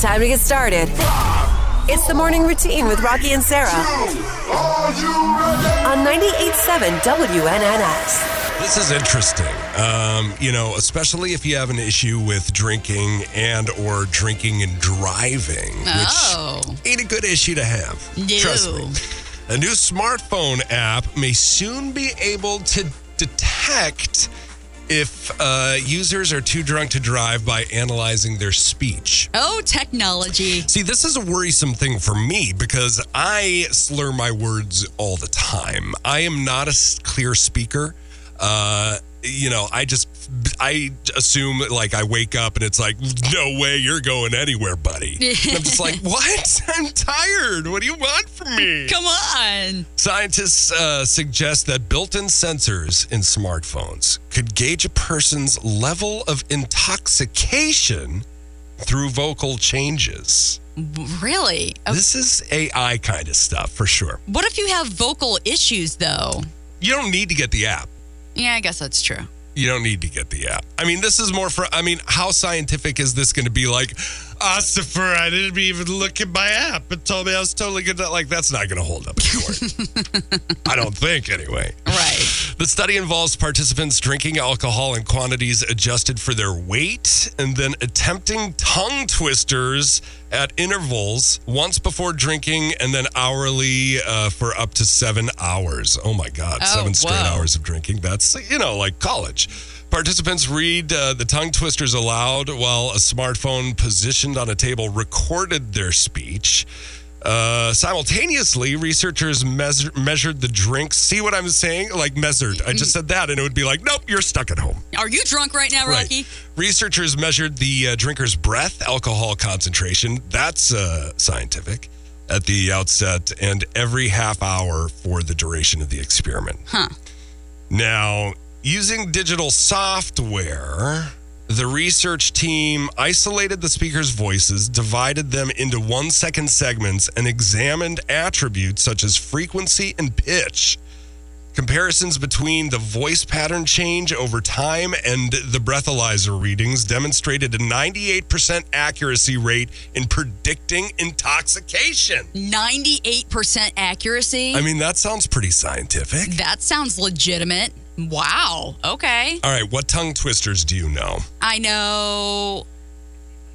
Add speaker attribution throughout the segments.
Speaker 1: Time to get started. It's the morning routine with Rocky and Sarah on 98.7 WNNX.
Speaker 2: This is interesting. Um, you know, especially if you have an issue with drinking and or drinking and driving,
Speaker 3: Oh.
Speaker 2: which ain't a good issue to have. Trust me.
Speaker 3: No.
Speaker 2: A new smartphone app may soon be able to detect if uh, users are too drunk to drive by analyzing their speech.
Speaker 3: Oh, technology.
Speaker 2: See, this is a worrisome thing for me because I slur my words all the time. I am not a s- clear speaker. Uh, you know, I just I assume like I wake up and it's like, no way you're going anywhere, buddy. And I'm just like, what? I'm tired. What do you want from me?
Speaker 3: Come on.
Speaker 2: Scientists uh, suggest that built in sensors in smartphones could gauge a person's level of intoxication through vocal changes.
Speaker 3: Really? Uh,
Speaker 2: This is AI kind of stuff for sure.
Speaker 3: What if you have vocal issues, though?
Speaker 2: You don't need to get the app.
Speaker 3: Yeah, I guess that's true.
Speaker 2: You don't need to get the app. I mean, this is more for, I mean, how scientific is this going to be? Like, Ossifer, I didn't even look at my app. It told me I was totally good. to-" Like, that's not going to hold up in court. I don't think, anyway.
Speaker 3: Right.
Speaker 2: The study involves participants drinking alcohol in quantities adjusted for their weight and then attempting tongue twisters at intervals, once before drinking and then hourly uh, for up to seven hours. Oh my God,
Speaker 3: Oh,
Speaker 2: seven straight
Speaker 3: whoa.
Speaker 2: hours of drinking. That's, you know, like college. Participants read uh, the tongue twisters aloud while a smartphone positioned on a table recorded their speech. Uh, simultaneously, researchers mes- measured the drinks. See what I'm saying? Like measured. I just said that, and it would be like, nope, you're stuck at home.
Speaker 3: Are you drunk right now, Rocky?
Speaker 2: Researchers measured the uh, drinker's breath alcohol concentration. That's uh, scientific. At the outset, and every half hour for the duration of the experiment.
Speaker 3: Huh.
Speaker 2: Now, using digital software, the research team isolated the speakers' voices, divided them into one second segments, and examined attributes such as frequency and pitch. Comparisons between the voice pattern change over time and the breathalyzer readings demonstrated a 98% accuracy rate in predicting intoxication.
Speaker 3: 98% accuracy?
Speaker 2: I mean, that sounds pretty scientific.
Speaker 3: that sounds legitimate. Wow. Okay.
Speaker 2: All right, what tongue twisters do you know?
Speaker 3: I know.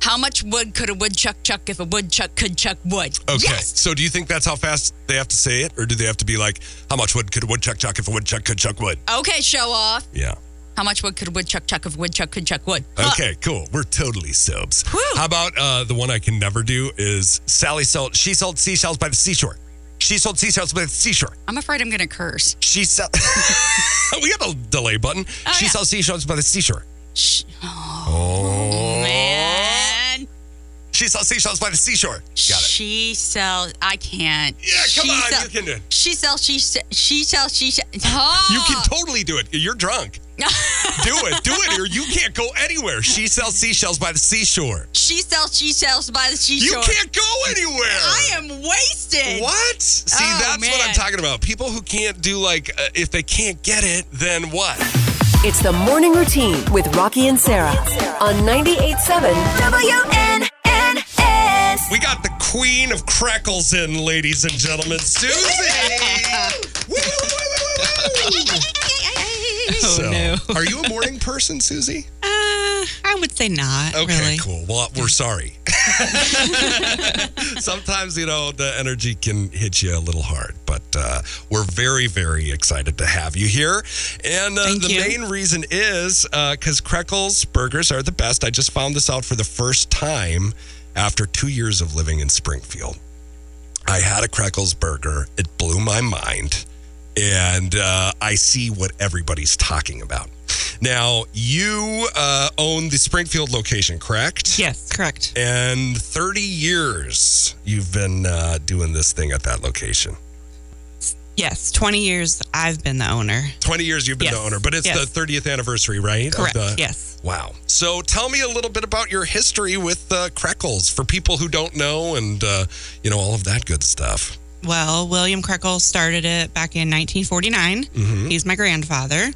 Speaker 3: How much wood could a woodchuck chuck if a woodchuck could chuck wood?
Speaker 2: Okay.
Speaker 3: Yes.
Speaker 2: So do you think that's how fast they have to say it, or do they have to be like, how much wood could a woodchuck chuck if a woodchuck could chuck wood?
Speaker 3: Okay, show off.
Speaker 2: Yeah.
Speaker 3: How much wood could a woodchuck chuck if a woodchuck could chuck wood? Huh.
Speaker 2: Okay, cool. We're totally subs.
Speaker 3: Whew.
Speaker 2: How about uh, the one I can never do is Sally sold, she sold seashells by the seashore. She sold seashells by the seashore.
Speaker 3: I'm afraid I'm going to curse.
Speaker 2: She sell. we got a delay button.
Speaker 3: Oh,
Speaker 2: she
Speaker 3: yeah.
Speaker 2: sells seashells by the seashore.
Speaker 3: Shh.
Speaker 2: Oh.
Speaker 3: Man.
Speaker 2: She sells seashells by the seashore. Got it.
Speaker 3: She sells. I can't.
Speaker 2: Yeah, come
Speaker 3: She
Speaker 2: on.
Speaker 3: sell-
Speaker 2: you can do it.
Speaker 3: She sells. She se- she sells. She se- oh.
Speaker 2: You can totally do it. You're drunk. do it. Do it, or you can't go anywhere. She sells seashells by the seashore.
Speaker 3: she sells. She sells by the
Speaker 2: You
Speaker 3: seashore.
Speaker 2: can't go anywhere.
Speaker 3: I am wasted.
Speaker 2: What? See,
Speaker 3: Oh,
Speaker 2: that's what I'm
Speaker 3: man.
Speaker 2: talking about. People who can't do like uh, if they can't get it, then what?
Speaker 1: It's the morning routine with Rocky and Sarah on 98.7 WNNX.
Speaker 2: We got the queen of crackles in, ladies and gentlemen, Susie. Woo, woo, woo, woo, woo, woo.
Speaker 3: Oh,
Speaker 2: So, are you a morning person, Susie?
Speaker 4: Uh, I would say not.
Speaker 2: Okay,
Speaker 4: really.
Speaker 2: cool. Well, we're sorry. Sometimes, you know, the energy can hit you a little hard, but uh, we're very, very excited to have you here. And uh,
Speaker 4: Thank
Speaker 2: the
Speaker 4: you.
Speaker 2: main reason is because Kreckles burgers are the best. I just found this out for the first time after two years of living in Springfield. I had a Kreckles burger, it blew my mind and uh, I see what everybody's talking about. Now, you uh, own the Springfield location, correct?
Speaker 4: Yes, correct.
Speaker 2: And 30 years you've been uh, doing this thing at that location.
Speaker 4: Yes, 20 years I've been the owner.
Speaker 2: 20 years you've been the
Speaker 4: Yes.
Speaker 2: owner, but it's
Speaker 4: Yes.
Speaker 2: the 30th anniversary, right? of
Speaker 4: Correct.
Speaker 2: the-
Speaker 4: yes.
Speaker 2: Wow. So tell me a little bit about your history with uh, Kreckles for people who don't know and, uh, you know, all of that good stuff.
Speaker 4: Well, William Krekel started it back in 1949.
Speaker 2: Mm-hmm.
Speaker 4: He's my grandfather.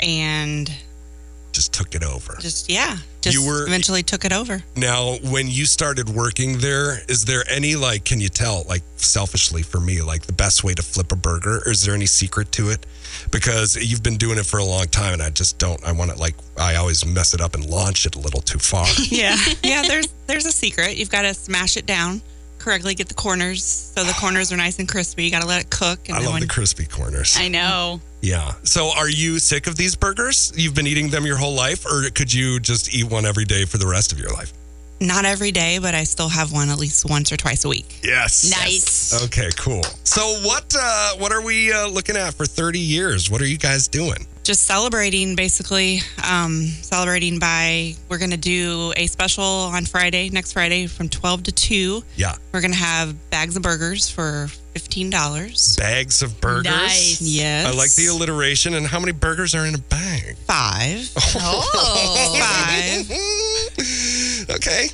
Speaker 4: And
Speaker 2: just took it over.
Speaker 4: Just yeah. Just
Speaker 2: You were-
Speaker 4: eventually took it over.
Speaker 2: Now, when you started working there, is there any like can you tell like selfishly for me like the best way to flip a burger? Or is there any secret to it? Because you've been doing it for a long time, and I just don't. I want to like I always mess it up and launch it a little too far.
Speaker 4: Yeah. yeah, there's there's a secret. You've got to smash it down correctly, get the corners so the corners are nice and crispy. You got to let it cook and
Speaker 2: I
Speaker 4: then
Speaker 2: love
Speaker 4: when-
Speaker 2: the crispy corners.
Speaker 3: I know.
Speaker 2: Yeah. So are you sick of these burgers? You've been eating them your whole life, or could you just eat one every day for the rest of your life?
Speaker 4: not every day, but I still have one at least once or twice a week.
Speaker 2: Yes.
Speaker 3: Nice.
Speaker 2: Okay, cool. So what uh, what are we uh, looking at for 30 years? What are you guys doing?
Speaker 4: Just celebrating basically, um, celebrating by we're going to do a special on Friday, next Friday from 12 to 2.
Speaker 2: Yeah,
Speaker 4: We're going to have bags of burgers for $15.
Speaker 2: bags of burgers.
Speaker 3: Nice.
Speaker 4: Yes.
Speaker 2: I like the alliteration. And how many burgers are in a bag?
Speaker 4: five.
Speaker 3: Oh.
Speaker 4: Five.
Speaker 2: okay.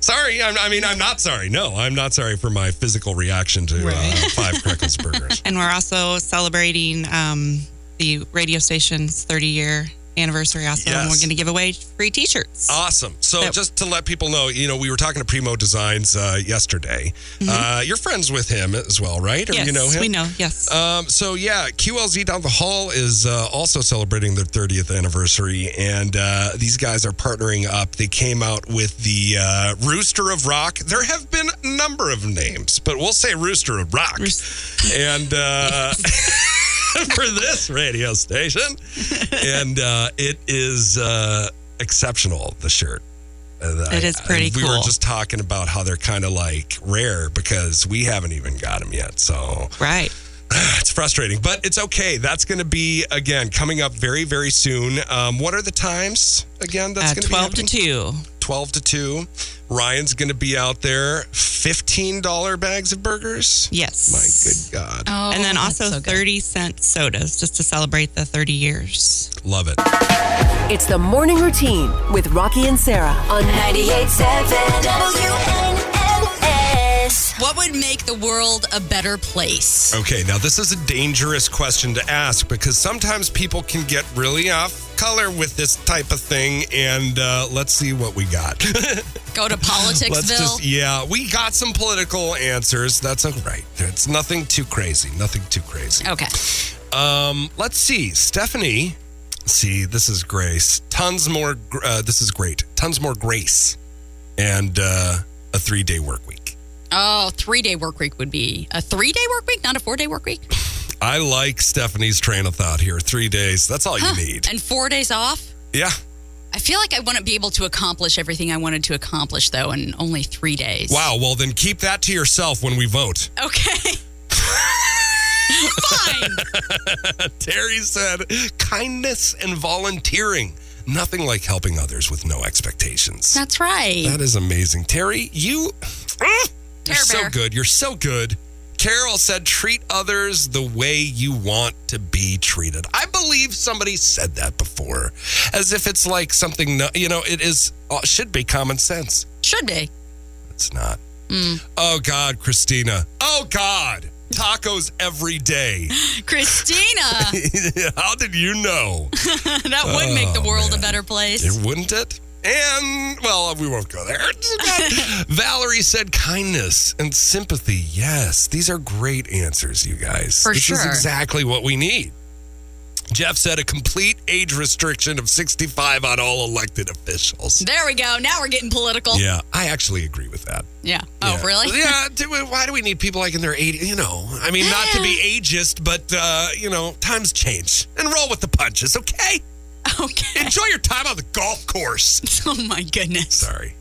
Speaker 2: Sorry. I'm, I mean, I'm not sorry. No, I'm not sorry for my physical reaction to uh,
Speaker 4: Right.
Speaker 2: five Crackles burgers.
Speaker 4: And we're also celebrating um, the radio station's 30 year anniversary, also. And we're
Speaker 2: Yes.
Speaker 4: going to give away free t shirts.
Speaker 2: Awesome. So,
Speaker 4: That-
Speaker 2: just to let people know, you know, we were talking to Primo Designs uh, yesterday. Uh, you're friends with him as well, right? Or
Speaker 4: Mm-hmm. yes,
Speaker 2: you know him?
Speaker 4: we know. Yes.
Speaker 2: Um, so yeah, QLZ down the hall is uh, also celebrating their 30th anniversary, and uh, these guys are partnering up. They came out with the uh, Rooster of Rock. There have been a number of names, but we'll say Rooster of Rock. and uh, for this radio station, and uh, it is uh, exceptional. The shirt. Uh,
Speaker 4: It is pretty
Speaker 2: We were
Speaker 4: cool.
Speaker 2: just talking about how they're kind of like rare because we haven't even got them yet. So
Speaker 4: right.
Speaker 2: it's frustrating, but it's okay. That's going to be again coming up very, very soon. Um, what are the times again? That's
Speaker 4: Uh,
Speaker 2: going
Speaker 4: 12
Speaker 2: be happening?
Speaker 4: to 2.
Speaker 2: twelve to two. Ryan's going to be out there. Fifteen dollar bags of burgers.
Speaker 4: Yes.
Speaker 2: My good God,
Speaker 3: Oh,
Speaker 4: And then
Speaker 3: that's
Speaker 4: also
Speaker 3: so good.
Speaker 4: 30 cent sodas just to celebrate the 30 years.
Speaker 2: love it.
Speaker 1: It's the morning routine with Rocky and Sarah on
Speaker 5: 98.7 WNNS.
Speaker 3: What would make the world a better place?
Speaker 2: Okay, now this is a dangerous question to ask because sometimes people can get really off color with this type of thing. And uh, let's see what we got.
Speaker 3: Go to Politicsville?
Speaker 2: Let's just, yeah, we got some political answers. That's all right. It's nothing too crazy. Nothing too crazy.
Speaker 3: okay.
Speaker 2: Um, let's see. Stephanie, see, this is Grace. Tons more. gr- Uh, this is great. Tons more grace, and uh, a three-day work week.
Speaker 3: Oh, three day work week would be a three day work week, not a four day work week.
Speaker 2: I like Stephanie's train of thought here. Three days. That's all you need.
Speaker 3: And four days off?
Speaker 2: Yeah.
Speaker 3: I feel like I wouldn't be able to accomplish everything I wanted to accomplish, though, in only three days.
Speaker 2: Wow. Well, then keep that to yourself when we vote.
Speaker 3: Okay. Fine.
Speaker 2: Terry said, kindness and volunteering. Nothing like helping others with no expectations.
Speaker 3: That's right.
Speaker 2: That is amazing. Terry, you. Mm, You're
Speaker 3: Care
Speaker 2: so
Speaker 3: Bear.
Speaker 2: good. You're so good. Carol said, treat others the way you want to be treated. I believe somebody said that before, as if it's like something, no- you know, it is, uh, should be common sense.
Speaker 3: Should be.
Speaker 2: It's not. Oh, God, Christina. Oh, God. Tacos every day.
Speaker 3: Christina,
Speaker 2: How did you know?
Speaker 3: that would make
Speaker 2: Oh,
Speaker 3: the world a better place.
Speaker 2: It wouldn't it? And well, we won't go there. Valerie said kindness and sympathy. Yes, these are great answers, you guys.
Speaker 3: For
Speaker 2: this is
Speaker 3: sure.
Speaker 2: exactly what we need. Jeff said a complete age restriction of 65 on all elected officials.
Speaker 3: There we go. Now we're getting political. Yeah.
Speaker 2: Yeah, I actually agree with that.
Speaker 3: Oh,
Speaker 2: Yeah.
Speaker 3: really?
Speaker 2: Yeah. Do we, why do we need people like in their 80s? You know, I mean, not to be ageist, but, uh, you know, times change and roll with the punches, okay?
Speaker 3: Okay.
Speaker 2: Enjoy your time on the golf course.
Speaker 3: Oh, my goodness.
Speaker 2: Sorry.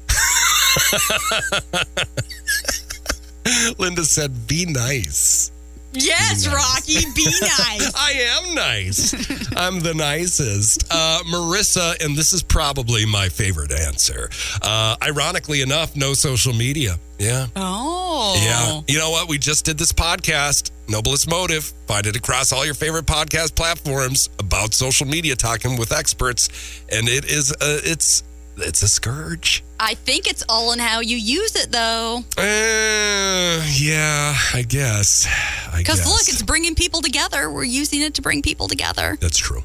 Speaker 2: Linda said, be nice.
Speaker 3: Yes, Rocky, be nice.
Speaker 2: I am nice. I'm the nicest. Uh, Marissa, and this is probably my favorite answer. Uh, ironically enough, no social media. Yeah.
Speaker 3: Oh.
Speaker 2: Yeah. You know what? We just did this podcast, Noblest Motive. Find it across all your favorite podcast platforms about social media, talking with experts. And it is, uh, it's, it's a scourge.
Speaker 3: I think it's all in how you use it, though.
Speaker 2: Uh, yeah, I guess. I
Speaker 3: Because
Speaker 2: guess.
Speaker 3: look, it's bringing people together. We're using it to bring people together.
Speaker 2: that's true.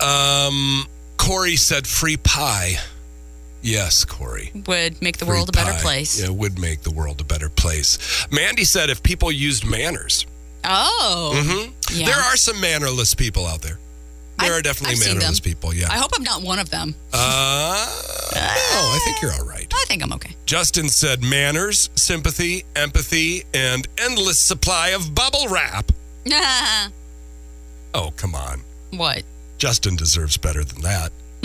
Speaker 2: um, Corey said free pie. Yes, Corey.
Speaker 3: Would make the
Speaker 2: Free
Speaker 3: world a better
Speaker 2: pie.
Speaker 3: place.
Speaker 2: Yeah, would make the world a better place. Mandy said if people used manners,
Speaker 3: Oh. Yeah.
Speaker 2: Mm-hmm. there are some mannerless people out there. There
Speaker 3: I've-
Speaker 2: are definitely
Speaker 3: I've seen
Speaker 2: mannerless
Speaker 3: them.
Speaker 2: people. Yeah.
Speaker 3: I hope I'm not one of them.
Speaker 2: Uh, no, I think you're all right.
Speaker 3: I think I'm okay.
Speaker 2: Justin said manners, sympathy, empathy, and endless supply of bubble wrap. Oh, come on.
Speaker 3: what?
Speaker 2: Justin deserves better than that.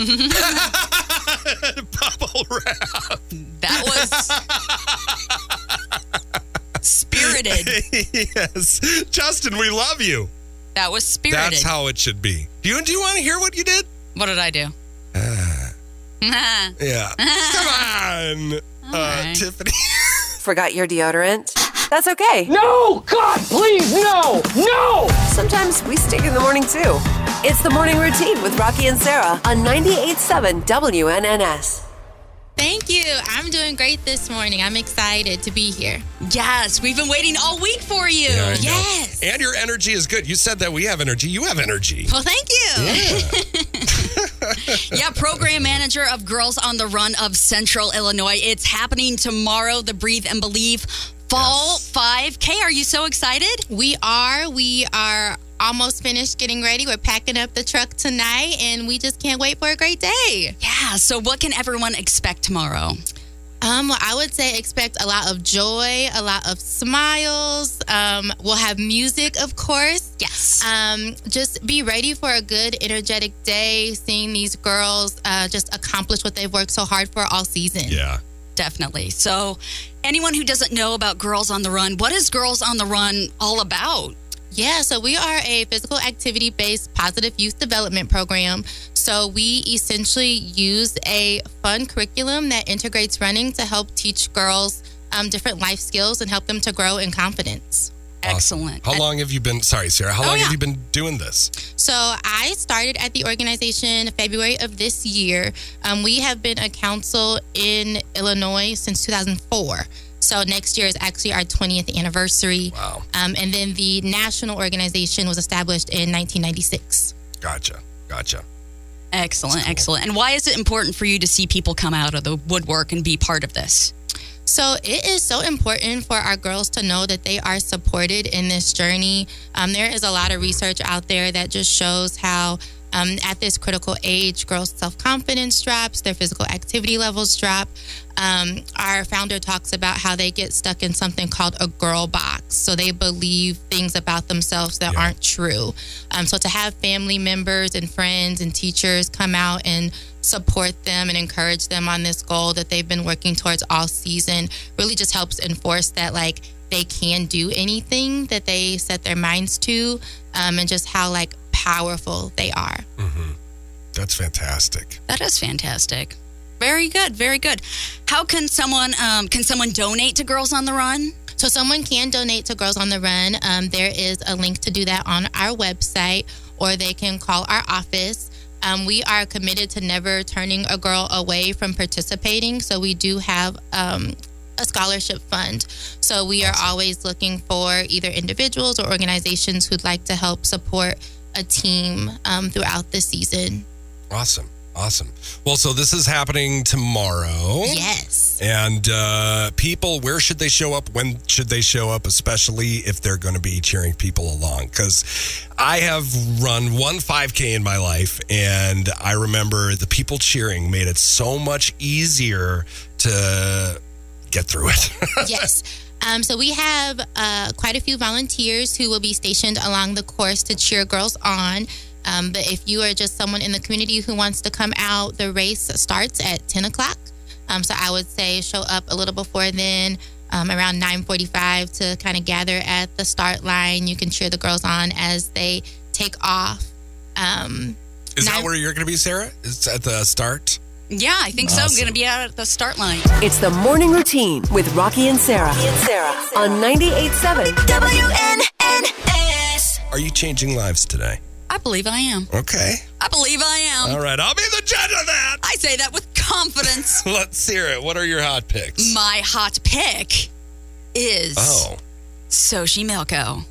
Speaker 2: bubble wrap.
Speaker 3: That was spirited.
Speaker 2: yes. Justin, we love you.
Speaker 3: That was spirited.
Speaker 2: That's how it should be. Do you, do you want to hear what you did?
Speaker 3: what did I do?
Speaker 2: Yeah. Come on, uh,
Speaker 3: right.
Speaker 2: Tiffany.
Speaker 1: Forgot your deodorant? That's okay.
Speaker 5: No! God, please, no! No!
Speaker 1: Sometimes we stink in the morning too. It's the morning routine with Rocky and Sarah on 98.7 WNNS.
Speaker 6: Thank you. I'm doing great this morning. I'm excited to be here.
Speaker 3: yes, we've been waiting all week for you.
Speaker 2: I know.
Speaker 6: Yes.
Speaker 2: And your energy is good. You said that we have energy. You have energy.
Speaker 6: Well, thank you.
Speaker 3: Yeah, program manager of Girls on the Run of Central Illinois. It's happening tomorrow, the Breathe and Believe Fall 5K. Are you so excited?
Speaker 6: We are. We are almost finished getting ready. We're packing up the truck tonight, and we just can't wait for a great day.
Speaker 3: Yeah, so what can everyone expect tomorrow?
Speaker 6: Um, well, I would say expect a lot of joy, a lot of smiles. Um, we'll have music, of course.
Speaker 3: Yes.
Speaker 6: Um, just be ready for a good, energetic day. Seeing these girls uh, just accomplish what they've worked so hard for all season.
Speaker 2: Yeah.
Speaker 3: Definitely. So, anyone who doesn't know about Girls on the Run, what is Girls on the Run all about?
Speaker 6: Yeah, so we are a physical activity based positive youth development program. So we essentially use a fun curriculum that integrates running to help teach girls um, different life skills and help them to grow in confidence.
Speaker 3: Excellent.
Speaker 2: How long have you been? Sorry, Sarah. How long have
Speaker 3: yeah.
Speaker 2: you been doing this?
Speaker 6: So I started at the organization February of this year. Um, we have been a council in Illinois since 2004. So next year is actually our 20th anniversary.
Speaker 2: Wow.
Speaker 6: Um, and then the national organization was established in 1996.
Speaker 2: Gotcha. Gotcha.
Speaker 3: Excellent. Excellent. And why is it important for you to see people come out of the woodwork and be part of this?
Speaker 6: So it is so important for our girls to know that they are supported in this journey. Um, there is a lot of research out there that just shows how. Um, at this critical age, girls' self confidence drops, their physical activity levels drop. Um, our founder talks about how they get stuck in something called a girl box. So they believe things about themselves that aren't true. Um, so to have family members and friends and teachers come out and support them and encourage them on this goal that they've been working towards all season really just helps enforce that, like, they can do anything that they set their minds to um, and just how, like, powerful they are.
Speaker 2: That's fantastic.
Speaker 3: That is fantastic. Very good. Very good. How can someone um, can someone donate to Girls on the Run?
Speaker 6: So someone can donate to Girls on the Run. Um, there is a link to do that on our website, or they can call our office. Um, we are committed to never turning a girl away from participating. So we do have um, a scholarship fund. So we are always looking for either individuals or organizations who'd like to help support a team um, throughout the season.
Speaker 2: Awesome. Awesome. Well, so this is happening tomorrow.
Speaker 6: Yes.
Speaker 2: And uh, people, where should they show up? When should they show up? Especially if they're going to be cheering people along. Because I have run one 5K in my life, and I remember the people cheering made it so much easier to get through it.
Speaker 6: yes. Um, so we have uh, quite a few volunteers who will be stationed along the course to cheer girls on. Um, but if you are just someone in the community who wants to come out, the race starts at 10 o'clock. Um, so I would say show up a little before then, um, around 9:45, to kind of gather at the start line. You can cheer the girls on as they take off. Um,
Speaker 2: is that
Speaker 6: Nine-
Speaker 2: where you're going to be, Sarah? It's at the start.
Speaker 3: Yeah, I think so. I'm going to be out at the start line.
Speaker 1: It's the morning routine with Rocky and Sarah, on 98.7.
Speaker 2: Are you changing lives today?
Speaker 3: I believe I am.
Speaker 2: Okay.
Speaker 3: I believe I am.
Speaker 2: All right. I'll be the judge of that.
Speaker 3: I say that with confidence.
Speaker 2: Let's hear it. What are your hot picks?
Speaker 3: My hot pick is
Speaker 2: Oh.
Speaker 3: Soshi Melko.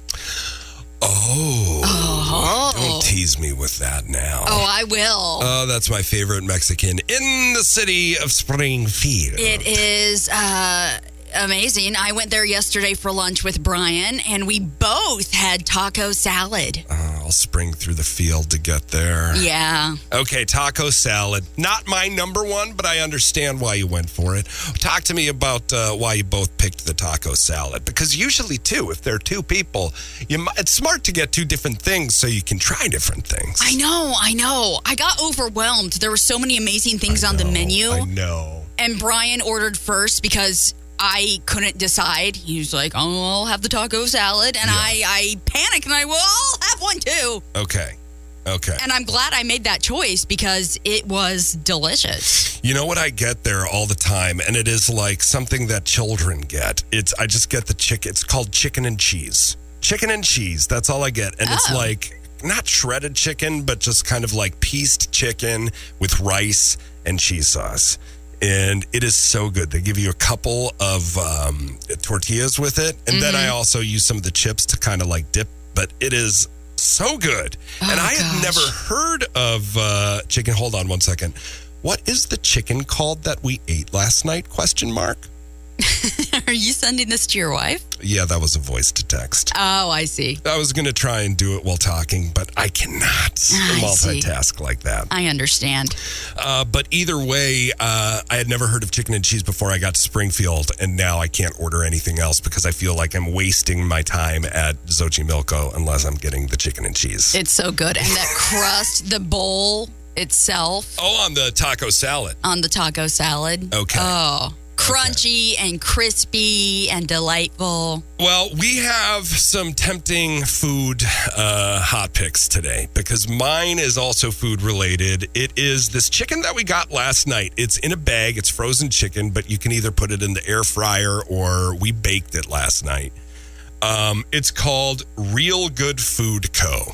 Speaker 2: Oh. Don't tease me with that now.
Speaker 3: Oh, I will.
Speaker 2: Oh, that's my favorite Mexican in the city of Springfield.
Speaker 3: It is uh, amazing. I went there yesterday for lunch with Brian, and we both had taco salad.
Speaker 2: Uh, I'll spring through the field to get there.
Speaker 3: Yeah.
Speaker 2: Okay, taco salad. Not my number one, but I understand why you went for it. Talk to me about uh, why you both picked the taco salad. Because usually, too, if there are two people, you, mi- it's smart to get two different things so you can try different things.
Speaker 3: I know, I know. I got overwhelmed. There were so many amazing things on the menu.
Speaker 2: I know.
Speaker 3: and Brian ordered first because I couldn't decide. He was like, "Oh, I'll have the taco salad," and I, I panicked and I, "Well, I'll have one too."
Speaker 2: Okay. Okay.
Speaker 3: And I'm glad I made that choice because it was delicious.
Speaker 2: You know what I get there all the time, and it is like something that children get. It's I just get the chicken. It's called chicken and cheese. Chicken and cheese. That's all I get, and it's like not shredded chicken, but just kind of like pieced chicken with rice and cheese sauce. And it is so good. They give you a couple of um, tortillas with it, and then I also use some of the chips to kind of like dip. But it is so good, and I had never heard of uh, chicken. Hold on one second. What is the chicken called that we ate last night? Question mark.
Speaker 3: Are you sending this to your wife?
Speaker 2: Yeah, that was a voice to text.
Speaker 3: Oh, I see.
Speaker 2: I was gonna try and do it while talking, but I cannot
Speaker 3: see.
Speaker 2: multitask like that.
Speaker 3: I understand.
Speaker 2: Uh, but either way, uh, I had never heard of chicken and cheese before I got to Springfield, and now I can't order anything else because I feel like I'm wasting my time at Zochi Milko unless I'm getting the chicken and cheese.
Speaker 3: It's so good, and that crust, the bowl itself
Speaker 2: oh, on the taco salad.
Speaker 3: on the taco salad.
Speaker 2: Okay.
Speaker 3: Oh, crunchy and crispy and delightful.
Speaker 2: Well, we have some tempting food uh, hot picks today because mine is also food related. It is this chicken that we got last night. It's in a bag, it's frozen chicken, but you can either put it in the air fryer or we baked it last night. Um, it's called Real Good Food Co.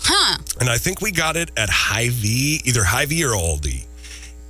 Speaker 3: Huh.
Speaker 2: And I think we got it at Hy-Vee, either Hy-Vee or Aldi.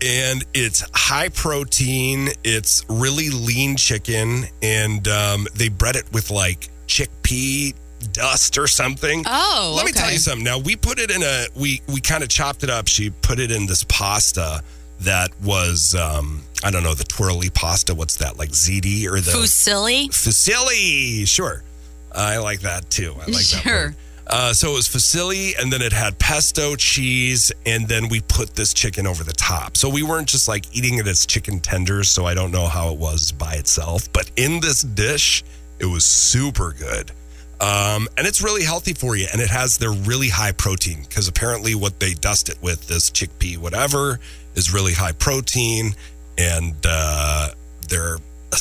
Speaker 2: And it's high protein. It's really lean chicken, and um, they bread it with like chickpea dust or something.
Speaker 3: Oh,
Speaker 2: Let me
Speaker 3: okay.
Speaker 2: tell you something. Now we put it in a we we kind of chopped it up. She put it in this pasta that was um, I don't know the twirly pasta. What's that like ziti or the
Speaker 3: Fusilli.
Speaker 2: Fusilli. Sure. I like that too. I like that.
Speaker 3: Sure.
Speaker 2: word. Uh, so it was fusilli, and then it had pesto cheese, and then we put this chicken over the top. So we weren't just like eating it as chicken tenders. So I don't know how it was by itself, but in this dish, it was super good. Um, and it's really healthy for you, and it has their really high protein because apparently what they dust it with this chickpea whatever is really high protein, and uh, they're uh,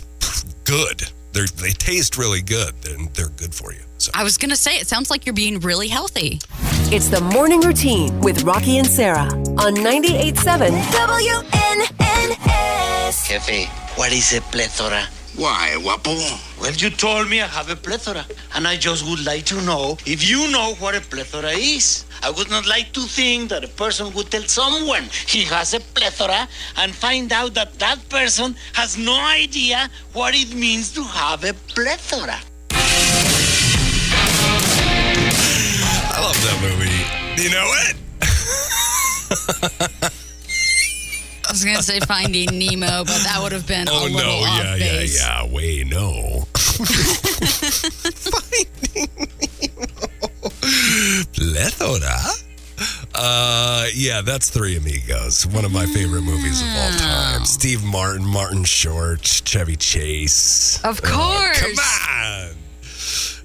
Speaker 2: good. They're, they taste really good and they're good for you. So
Speaker 3: I was going to say, it sounds like you're being really healthy.
Speaker 1: It's the morning routine with Rocky and Sarah on 98.7 WNNS.
Speaker 7: Jefe, what is a plethora?
Speaker 8: Why, Wapo?
Speaker 7: Well, you told me I have a plethora, and I just would like to know if you know what a plethora is. I would not like to think that a person would tell someone he has a plethora and find out that that person has no idea what it means to have a plethora.
Speaker 2: I love that movie. You know it?
Speaker 3: I was going to say Finding Nemo, but that would have been a
Speaker 2: Oh
Speaker 3: little
Speaker 2: no!
Speaker 3: off
Speaker 2: Yeah,
Speaker 3: base.
Speaker 2: yeah, yeah. Way no. Plethora. Uh, yeah, that's Three Amigos, one of my favorite movies of
Speaker 3: Mm.
Speaker 2: all time. Steve Martin, Martin Short, Chevy Chase.
Speaker 3: Of
Speaker 2: Uh,
Speaker 3: course.
Speaker 2: come on.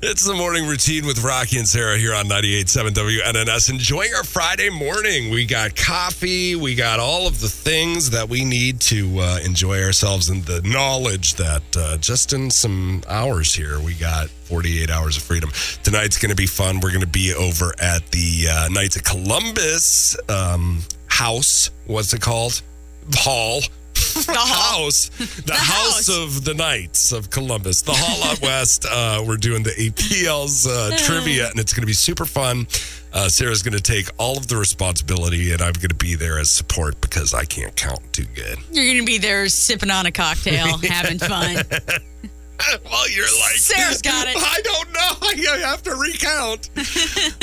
Speaker 2: It's the morning routine with Rocky and Sarah here on 98.7 WNNS. Enjoying our Friday morning. We got coffee. We got all of the things that we need to uh, enjoy ourselves and the knowledge that uh, just in some hours here, we got 48 hours of freedom. Tonight's going to be fun. We're going to be over at the uh, Knights of Columbus um, house. What's it called? Hall. The house, the, house.
Speaker 3: house.
Speaker 2: of the Knights of Columbus, the Hall out west. Uh, we're doing the APL's uh, trivia, and it's going to be super fun. Uh, Sarah's going to take all of the responsibility, and I'm going to be there as support because I can't count too good.
Speaker 3: You're going to be there sipping on a cocktail, having fun.
Speaker 2: well, you're like
Speaker 3: Sarah's got it.
Speaker 2: I don't know. I have to recount.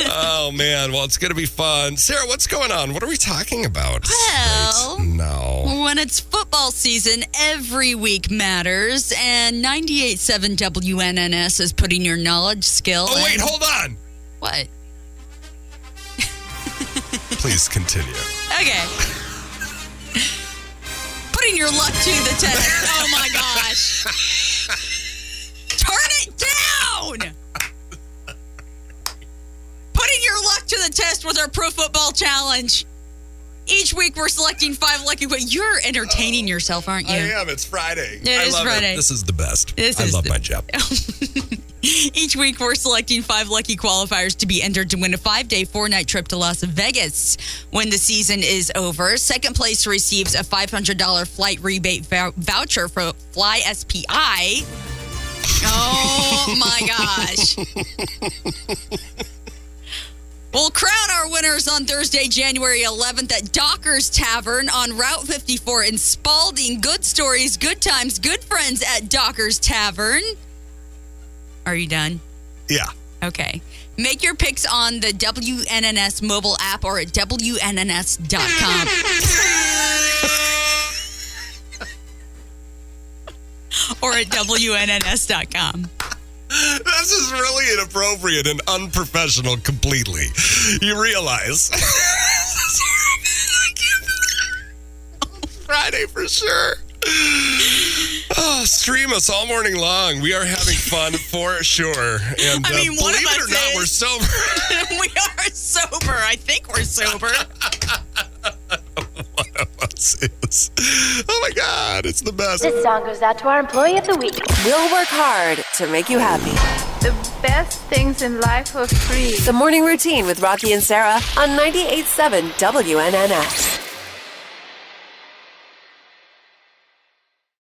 Speaker 2: oh man. Well, it's gonna be fun. Sarah, what's going on? What are we talking about?
Speaker 3: Well-
Speaker 2: Right now.
Speaker 3: When it's football season, every week matters, and 98.7 WNNS is putting your knowledge, skill,
Speaker 2: Oh wait,
Speaker 3: and-
Speaker 2: hold on.
Speaker 3: what?
Speaker 2: Please continue.
Speaker 3: Okay. Putting your luck to the test. Oh my gosh. Turn it down. Putting your luck to the test with our Pro Football Challenge. Each week we're selecting five lucky but you're entertaining yourself, aren't you?
Speaker 2: I am. It's Friday.
Speaker 3: It
Speaker 2: I
Speaker 3: is
Speaker 2: love
Speaker 3: Friday.
Speaker 2: This is the best.
Speaker 3: This
Speaker 2: I
Speaker 3: is
Speaker 2: love
Speaker 3: the- Oh.
Speaker 2: my job.
Speaker 3: Each week, we're selecting five lucky qualifiers to be entered to win a five day, four night trip to Las Vegas when the season is over. Second place receives a $500 flight rebate vou- voucher for Fly SPI. Oh my gosh. We'll crown our winners on Thursday, January 11th at Docker's Tavern on Route 54 in Spalding. Good stories, good times, good friends at Docker's Tavern. Are you done?
Speaker 2: Yeah.
Speaker 3: Okay. Make your picks on the WNNS mobile app or at WNNS.com. or at WNNS.com.
Speaker 2: This is really inappropriate and unprofessional completely. You realize. Friday for sure. Oh, stream us all morning long. We are having fun for sure. And
Speaker 3: I mean,
Speaker 2: uh,
Speaker 3: one of
Speaker 2: believe it
Speaker 3: us
Speaker 2: or not,
Speaker 3: is.
Speaker 2: we're sober.
Speaker 3: we are sober. I think we're sober.
Speaker 2: one of us is. Oh my God, it's the best.
Speaker 8: This song goes out to our employee of the week.
Speaker 1: We'll work hard to make you happy.
Speaker 9: The best things in life are free.
Speaker 1: The morning routine with Rocky and Sarah on 98.7 WNNX.